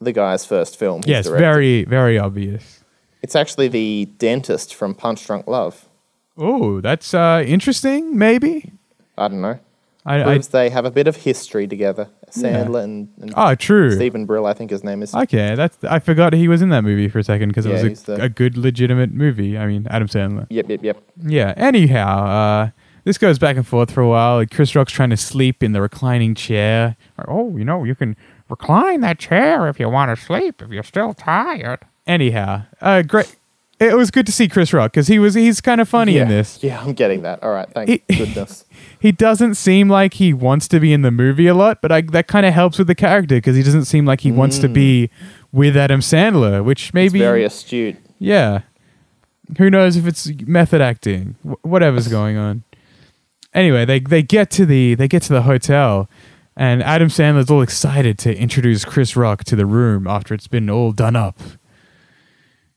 Speaker 1: the guy's first film. he's
Speaker 2: Yes,
Speaker 1: directed.
Speaker 2: very very obvious.
Speaker 1: It's actually the dentist from Punch Drunk Love.
Speaker 2: Oh, that's uh, interesting. Maybe
Speaker 1: I don't know.
Speaker 2: I, I
Speaker 1: Proves they have a bit of history together. Sandler and, and
Speaker 2: oh true.
Speaker 1: Stephen Brill, I think his name is.
Speaker 2: Okay, that's I forgot he was in that movie for a second because
Speaker 1: Yeah,
Speaker 2: it was
Speaker 1: he's
Speaker 2: a,
Speaker 1: the-
Speaker 2: a good legitimate movie. I mean, Adam Sandler.
Speaker 1: Yep, yep, yep.
Speaker 2: Yeah. Anyhow, uh, this goes back and forth for a while. Like Chris Rock's trying to sleep in the reclining chair.
Speaker 3: Or, Oh, you know, you can recline that chair if you want to sleep, if you're still tired.
Speaker 2: Anyhow, uh, great. It was good to see Chris Rock because he was he's kind of funny
Speaker 1: yeah.
Speaker 2: in this.
Speaker 1: Yeah, I'm getting that. All right, thank
Speaker 2: He- *laughs*
Speaker 1: goodness.
Speaker 2: He doesn't seem like he wants to be in the movie a lot, but I, that kind of helps with the character because he doesn't seem like he wants to be with Adam Sandler, which
Speaker 1: Mm. It's
Speaker 2: maybe
Speaker 1: very astute.
Speaker 2: Yeah. Who knows if it's method acting?
Speaker 1: *laughs*
Speaker 2: Wh- whatever's going on. Anyway, they they get to the they get to the hotel, and Adam Sandler's all excited to introduce Chris Rock to the room after it's been all done up.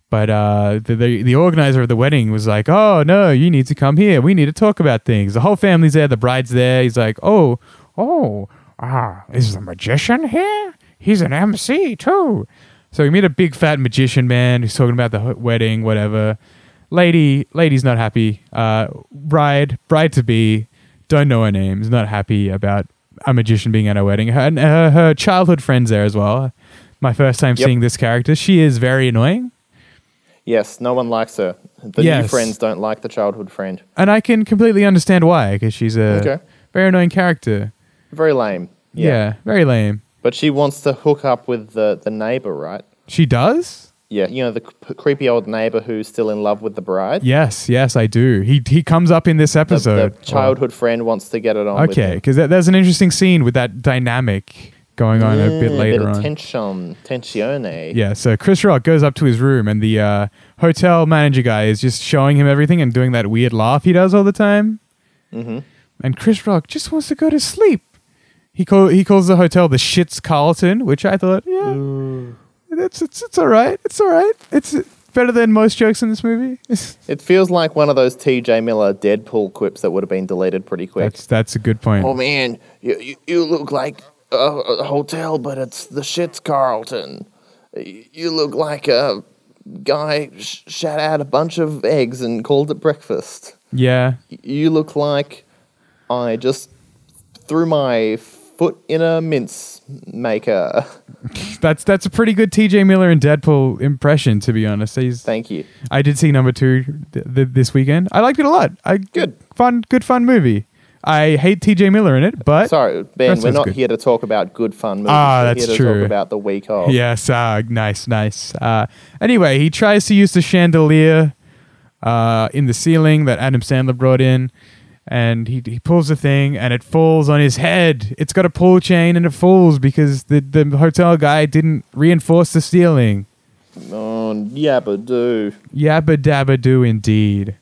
Speaker 2: But uh, the, the the organizer of the wedding was like, "Oh no, you need to come here. We need to talk about things." The whole family's there. The bride's there. He's like, "Oh,
Speaker 3: Oh, ah, is the magician here? He's an MC too.
Speaker 2: So we meet a big fat magician man who's talking about the ho- wedding, whatever. Lady, lady's not happy. Uh, bride, bride to be, don't know her name. Is not happy about a magician being at her wedding. Her, and her, her childhood friends there as well. My first time
Speaker 1: Yep.
Speaker 2: seeing this character. She is very annoying,
Speaker 1: Yes, no one likes her. The
Speaker 2: Yes.
Speaker 1: new friends don't like the childhood friend.
Speaker 2: and I can completely understand why because she's a
Speaker 1: Okay.
Speaker 2: very annoying character.
Speaker 1: Very lame.
Speaker 2: Yeah. very lame.
Speaker 1: But she wants to hook up with the, the neighbor, right?
Speaker 2: She does.
Speaker 1: Yeah, you know, the c- creepy old neighbor who's still in love with the bride.
Speaker 2: Yes, yes, I do. He he comes up in this
Speaker 1: The, the
Speaker 2: episode.
Speaker 1: childhood friend wants to get it on. with
Speaker 2: uh, Okay,
Speaker 1: him.
Speaker 2: because there's an interesting scene with that dynamic going on a bit
Speaker 1: Yeah, Mm,
Speaker 2: later
Speaker 1: bit of
Speaker 2: on.
Speaker 1: Tension, tensione.
Speaker 2: yeah, so Chris Rock goes up to his room, and the uh, hotel manager guy is just showing him everything and doing that weird laugh he does all the time. Mm-hmm. And Chris Rock just wants to go to sleep. He call, he calls the hotel the Shits Carlton, which I thought, yeah, it's, it's it's all right, it's all right, it's better than most jokes in this movie. *laughs*
Speaker 1: It feels like one of those T.J. Miller Deadpool quips that would have been deleted pretty quick.
Speaker 2: that's that's a good point.
Speaker 1: oh man, you, you, you look like a, a hotel, but it's the Shit's Carlton. You you look like a guy sh- shat out a bunch of eggs and called it breakfast.
Speaker 2: Yeah,
Speaker 1: You look like I just threw my foot in a mince maker.
Speaker 2: that's that's a pretty good T.J. Miller and Deadpool impression, to be honest. He's
Speaker 1: Thank you.
Speaker 2: I did see number two th- th- this weekend. I liked it a lot. I
Speaker 1: Good.
Speaker 2: fun, good fun movie. I hate T.J. Miller in it, but
Speaker 1: Sorry, Ben,
Speaker 2: That
Speaker 1: we're
Speaker 2: sounds
Speaker 1: not
Speaker 2: good.
Speaker 1: here to talk about good fun movies.
Speaker 2: Ah,
Speaker 1: we're
Speaker 2: that's
Speaker 1: here to
Speaker 2: true.
Speaker 1: talk about the week of.
Speaker 2: yes, uh, nice, nice. Uh, anyway, he tries to use the chandelier uh, in the ceiling that Adam Sandler brought in, and he he pulls the thing and it falls on his head. It's got a pull chain and it falls because the the hotel guy didn't reinforce the ceiling.
Speaker 1: Oh, yeah, but do.
Speaker 2: Yabba dabba do indeed.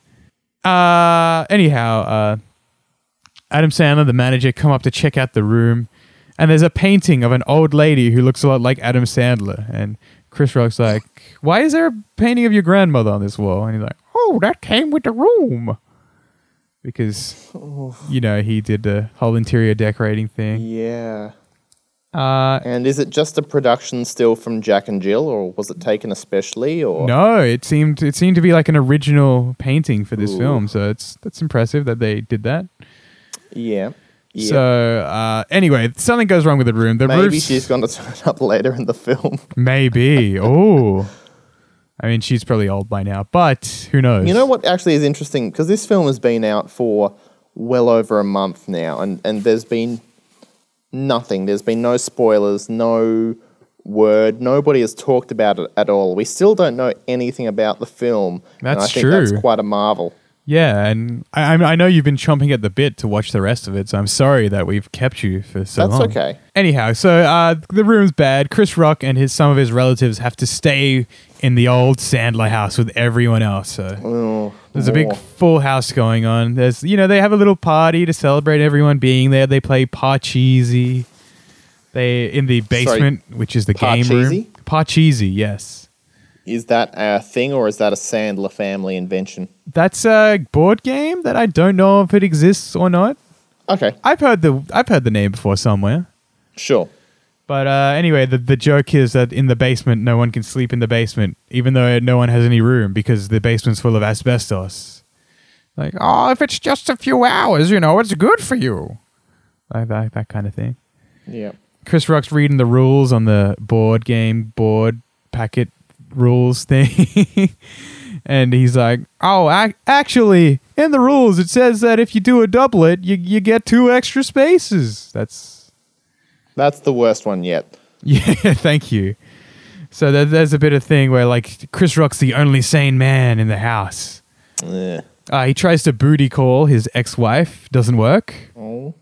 Speaker 2: Uh anyhow, uh Adam Sandler, the manager, come up to check out the room, and there's a painting of an old lady who looks a lot like Adam Sandler. And Chris Rock's like, Why is there a painting of your grandmother on this wall? And he's like,
Speaker 3: Oh, that came with the room.
Speaker 2: Because you know, he did the whole interior decorating thing.
Speaker 1: Yeah.
Speaker 2: Uh
Speaker 1: And is it just a production still from Jack and Jill, or was it taken especially? Or
Speaker 2: no, it seemed it seemed to be like an original painting for this
Speaker 1: Ooh.
Speaker 2: film, so it's that's impressive that they did that.
Speaker 1: yeah, yeah.
Speaker 2: So uh, anyway, something goes wrong with the room. The
Speaker 1: maybe
Speaker 2: roof's-
Speaker 1: she's going to *laughs* turn up later in the film.
Speaker 2: *laughs* maybe. oh, I mean, she's probably old by now, but who knows?
Speaker 1: You know what actually is interesting because this film has been out for well over a month now, and and there's been nothing. There's been no spoilers, no word. Nobody has talked about it at all. We still don't know anything about the film. and
Speaker 2: That's
Speaker 1: I think that's
Speaker 2: true.
Speaker 1: quite a marvel.
Speaker 2: Yeah, and I, I I know you've been chomping at the bit to watch the rest of it, so I'm sorry that we've kept you for so
Speaker 1: That's
Speaker 2: long.
Speaker 1: okay.
Speaker 2: Anyhow, so uh, the room's bad. Chris Rock and his some of his relatives have to stay in the old Sandler house with everyone else. So
Speaker 1: Mm,
Speaker 2: there's a big
Speaker 1: more.
Speaker 2: full house going on. There's you know they have a little party to celebrate everyone being there. They play Parcheesi. They in the basement, which is the game room.
Speaker 1: Parcheesi?
Speaker 2: Parcheesi, yes.
Speaker 1: Is that a thing or is that a Sandler family invention?
Speaker 2: That's a board game that I don't know if it exists or not.
Speaker 1: Okay,
Speaker 2: I've heard the I've heard the name before somewhere.
Speaker 1: sure.
Speaker 2: But uh, anyway, the, the joke is that in the basement, no one can sleep in the basement, even though no one has any room because the basement's full of asbestos. Like, oh, if it's just a few hours, you know, it's good for you. Like that, that kind of thing.
Speaker 1: Yeah.
Speaker 2: Chris Rock's reading the rules on the board game board packet rules *laughs* thing. and he's like, "Oh, ac actually, in the rules it says that if you do a doublet, you you get two extra spaces." That's
Speaker 1: That's the worst one yet.
Speaker 2: yeah, *laughs* thank you. So there, there's a bit of thing where like Chris Rock's the only sane man in the house.
Speaker 1: Eh.
Speaker 2: Uh, he tries to booty call his ex-wife, doesn't work.
Speaker 1: Oh.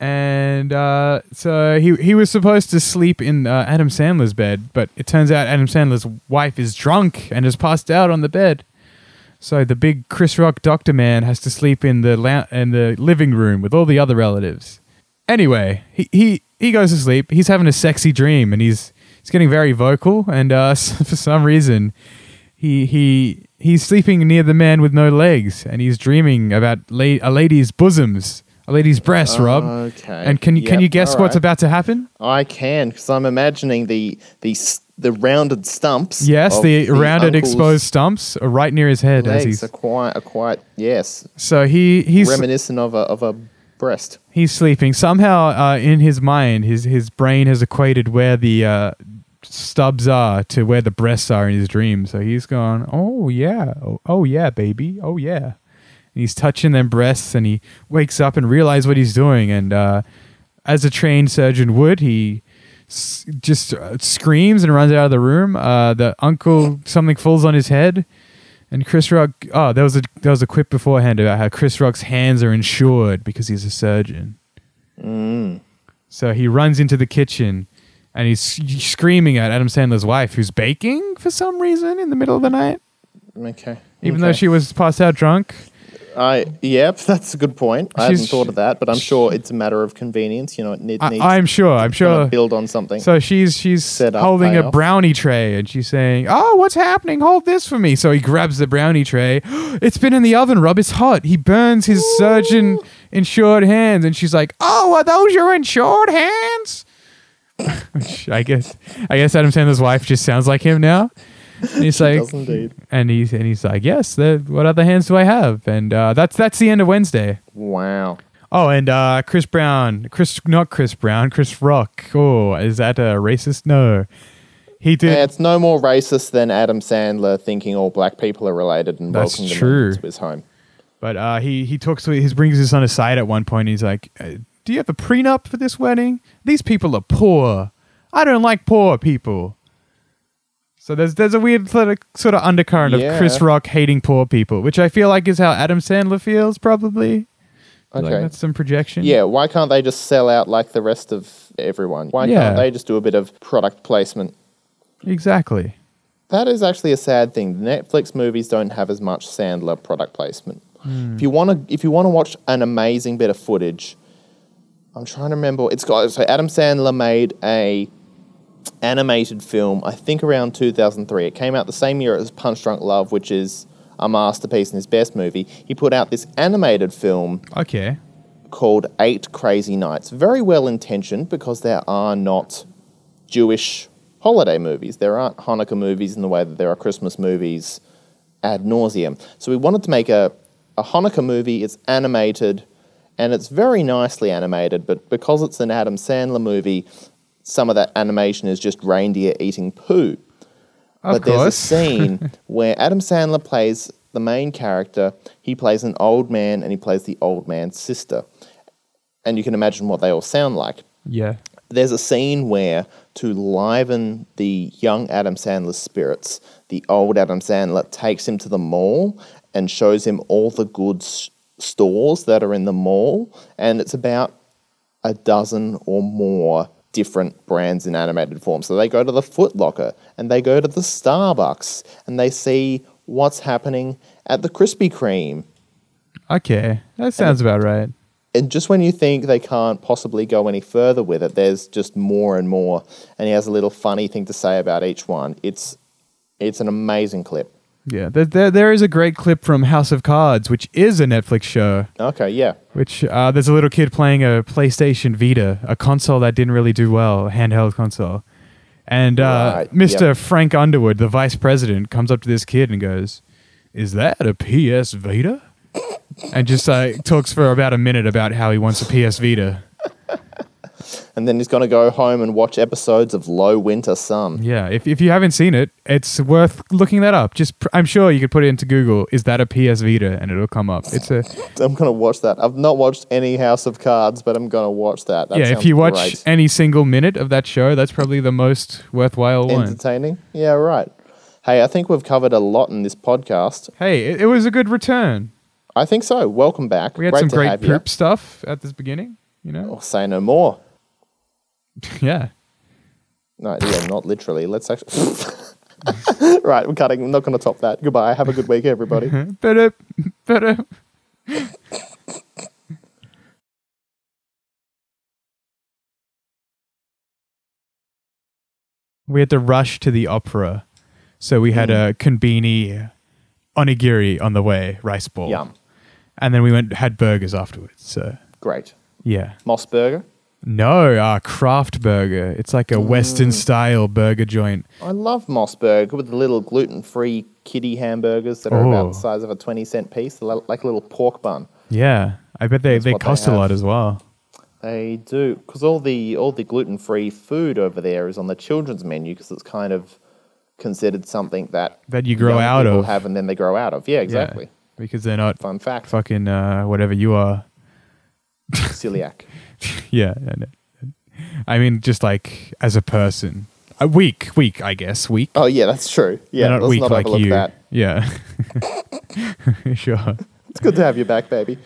Speaker 2: and uh, so he he was supposed to sleep in uh, Adam Sandler's bed, but it turns out Adam Sandler's wife is drunk and has passed out on the bed. So the big Chris Rock doctor man has to sleep in the lou- in the living room with all the other relatives. Anyway, he he, he goes to sleep. He's having a sexy dream, and he's he's getting very vocal. And uh, *laughs* for some reason, he he he's sleeping near the man with no legs, and he's dreaming about la- a lady's bosoms, a lady's breasts. Rob,
Speaker 1: Okay.
Speaker 2: and can you can
Speaker 1: Yep,
Speaker 2: you guess
Speaker 1: all
Speaker 2: what's
Speaker 1: right.
Speaker 2: about to happen?
Speaker 1: I can because I'm imagining the the s- the rounded stumps.
Speaker 2: Yes,
Speaker 1: of
Speaker 2: the, rounded
Speaker 1: uncle's
Speaker 2: exposed stumps are right near his head as
Speaker 1: legs
Speaker 2: he's
Speaker 1: are quite are quite yes,
Speaker 2: so he he's
Speaker 1: reminiscent of a of a breast.
Speaker 2: he's sleeping. Somehow uh, in his mind, his his brain has equated where the uh, stubs are to where the breasts are in his dream. So he's gone, oh yeah, oh, oh yeah, baby, oh yeah. And he's touching them breasts, and he wakes up and realizes what he's doing. And uh, as a trained surgeon would, he s- just uh, screams and runs out of the room. Uh, the uncle something falls on his head. And Chris Rock, oh, there was a there was a quip beforehand about how Chris Rock's hands are insured because he's a surgeon.
Speaker 1: Mm.
Speaker 2: So he runs into the kitchen, and he's screaming at Adam Sandler's wife, who's baking for some reason in the middle of the night,
Speaker 1: Okay.
Speaker 2: even
Speaker 1: Okay.
Speaker 2: though she was passed out drunk.
Speaker 1: I yep, *laughs* that's a good point. I haven't
Speaker 2: She's-
Speaker 1: thought of that, but I'm sure it's a matter of convenience. You know, it need,
Speaker 2: I,
Speaker 1: needs
Speaker 2: I'm sure. I'm
Speaker 1: to kinda
Speaker 2: sure.
Speaker 1: build on something.
Speaker 2: So she's she's
Speaker 1: Set up
Speaker 2: holding a
Speaker 1: payoff.
Speaker 2: brownie tray, and she's saying, "Oh, what's happening? Hold this for me." So he grabs the brownie tray. *gasps* it's been in the oven, Rob. It's hot. He burns his surgeon insured hands, and she's like, "Oh, are those your insured hands?" *laughs* Which I guess I guess Adam Sandler's wife just sounds like him now.
Speaker 1: *laughs*
Speaker 2: And he's like,
Speaker 1: does indeed.
Speaker 2: and he's and he's like, "Yes. they're- What other hands do I have?" And uh, that's that's the end of Wednesday.
Speaker 1: wow.
Speaker 2: Oh, and uh, Chris Brown, Chris, not Chris Brown, Chris Rock. Oh, is that a racist? No, he did.
Speaker 1: Yeah, it's no more racist than Adam Sandler thinking all black people are related and
Speaker 2: That's
Speaker 1: welcoming
Speaker 2: true.
Speaker 1: them into his home.
Speaker 2: But uh, he he talks to he brings his son aside at one point. And he's like, uh, "Do you have a prenup for this wedding? These people are poor. I don't like poor people." So there's there's a weird sort of, sort of undercurrent of
Speaker 1: Yeah.
Speaker 2: Chris Rock hating poor people, which I feel like is how Adam Sandler feels probably. Like,
Speaker 1: Okay.
Speaker 2: that's some projection.
Speaker 1: yeah, why can't they just sell out like the rest of everyone? Why
Speaker 2: Yeah.
Speaker 1: can't they just do a bit of product placement?
Speaker 2: exactly.
Speaker 1: That is actually a sad thing. Netflix movies don't have as much Sandler product placement. If you want to, if you want to watch an amazing bit of footage, I'm trying to remember. It's got so Adam Sandler made a animated film. I think around 2003. It came out the same year as Punch Drunk Love, which is a masterpiece and his best movie. He put out this animated film
Speaker 2: Okay.
Speaker 1: called Eight Crazy Nights. Very well intentioned because there are not Jewish holiday movies. There aren't Hanukkah movies in the way that there are Christmas movies ad nauseum. So we wanted to make a, a Hanukkah movie. It's animated and it's very nicely animated, but because it's an Adam Sandler movie, some of that animation is just reindeer eating poo but
Speaker 2: Of course.
Speaker 1: there's a
Speaker 2: *laughs*
Speaker 1: scene where Adam Sandler plays the main character. He plays an old man and he plays the old man's sister. And you can imagine what they all sound like.
Speaker 2: yeah.
Speaker 1: There's a scene where to liven the young Adam Sandler's spirits. The old Adam Sandler takes him to the mall and shows him all the goods stores that are in the mall, and it's about a dozen or more different brands in animated form. So they go to the Foot Locker and they go to the Starbucks and they see what's happening at the Krispy Kreme.
Speaker 2: Okay, that sounds about right.
Speaker 1: And just when you think they can't possibly go any further with it, there's just more and more. And he has a little funny thing to say about each one. It's it's an amazing clip.
Speaker 2: Yeah, there, there, there is a great clip from House of Cards, which is a Netflix show.
Speaker 1: Okay, yeah.
Speaker 2: Which uh, there's a little kid playing a PlayStation Vita, a console that didn't really do well, a handheld console. And uh,
Speaker 1: Right,
Speaker 2: Mr.
Speaker 1: yep.
Speaker 2: Frank Underwood, the vice president, comes up to this kid and goes, "Is that a PS Vita?" and just uh, talks for about a minute about how he wants a PS Vita.
Speaker 1: And then he's gonna go home and watch episodes of Low Winter Sun.
Speaker 2: Yeah, if, if you haven't seen it, it's worth looking that up. Just pr- I'm sure you could put it into Google. Is that a PS Vita? And it'll come up. It's a
Speaker 1: I'm gonna watch that. I've not watched any House of Cards, but I'm gonna watch that. that
Speaker 2: yeah. If
Speaker 1: sounds
Speaker 2: you watch
Speaker 1: great.
Speaker 2: any single minute of that show, that's probably the most worthwhile one.
Speaker 1: entertaining, yeah, right. Hey, I think we've covered a lot in this podcast.
Speaker 2: Hey, it, it was a good return.
Speaker 1: I think so. Welcome back.
Speaker 2: We had
Speaker 1: great
Speaker 2: some
Speaker 1: to
Speaker 2: great
Speaker 1: have
Speaker 2: poop stuff at this beginning.
Speaker 1: you.
Speaker 2: You know,
Speaker 1: Oh, say no more. Oh.
Speaker 2: *laughs* yeah.
Speaker 1: No, yeah, not literally. Let's actually. *laughs* right, we're cutting. I'm not going to top that. Goodbye. Have a good week,
Speaker 2: *laughs*
Speaker 1: everybody.
Speaker 2: Better, better. *laughs* We had to rush to the opera, so we had
Speaker 1: Mm.
Speaker 2: a konbini, onigiri on the way, rice ball,
Speaker 1: Yum.
Speaker 2: and then we went had burgers afterwards. So
Speaker 1: Great.
Speaker 2: yeah,
Speaker 1: Moss Burger.
Speaker 2: no, uh, craft burger. It's like
Speaker 1: Mm.
Speaker 2: a Western style burger joint.
Speaker 1: I love Moss Burger with the little gluten free kiddie hamburgers that are
Speaker 2: Oh.
Speaker 1: about the size of a 20 cent piece, li- like a little pork bun.
Speaker 2: Yeah, I bet they they
Speaker 1: what they
Speaker 2: cost a
Speaker 1: have.
Speaker 2: lot as well.
Speaker 1: They do, because all the all the gluten free food over there is on the children's menu, because it's kind of considered something that
Speaker 2: That you grow
Speaker 1: young
Speaker 2: out
Speaker 1: people
Speaker 2: of.
Speaker 1: have, and then they grow out of. Yeah,
Speaker 2: Yeah,
Speaker 1: exactly.
Speaker 2: because they're not
Speaker 1: Fun fact:
Speaker 2: fucking uh, whatever you are. *laughs*
Speaker 1: celiac.
Speaker 2: yeah. and- I mean, just like as a person, a weak, weak, I guess, weak.
Speaker 1: Oh yeah, that's true.
Speaker 2: They're
Speaker 1: Yeah,
Speaker 2: not
Speaker 1: let's
Speaker 2: weak
Speaker 1: not
Speaker 2: like
Speaker 1: overlook
Speaker 2: you.
Speaker 1: that.
Speaker 2: Yeah. *laughs* sure.
Speaker 1: It's good to have you back, baby.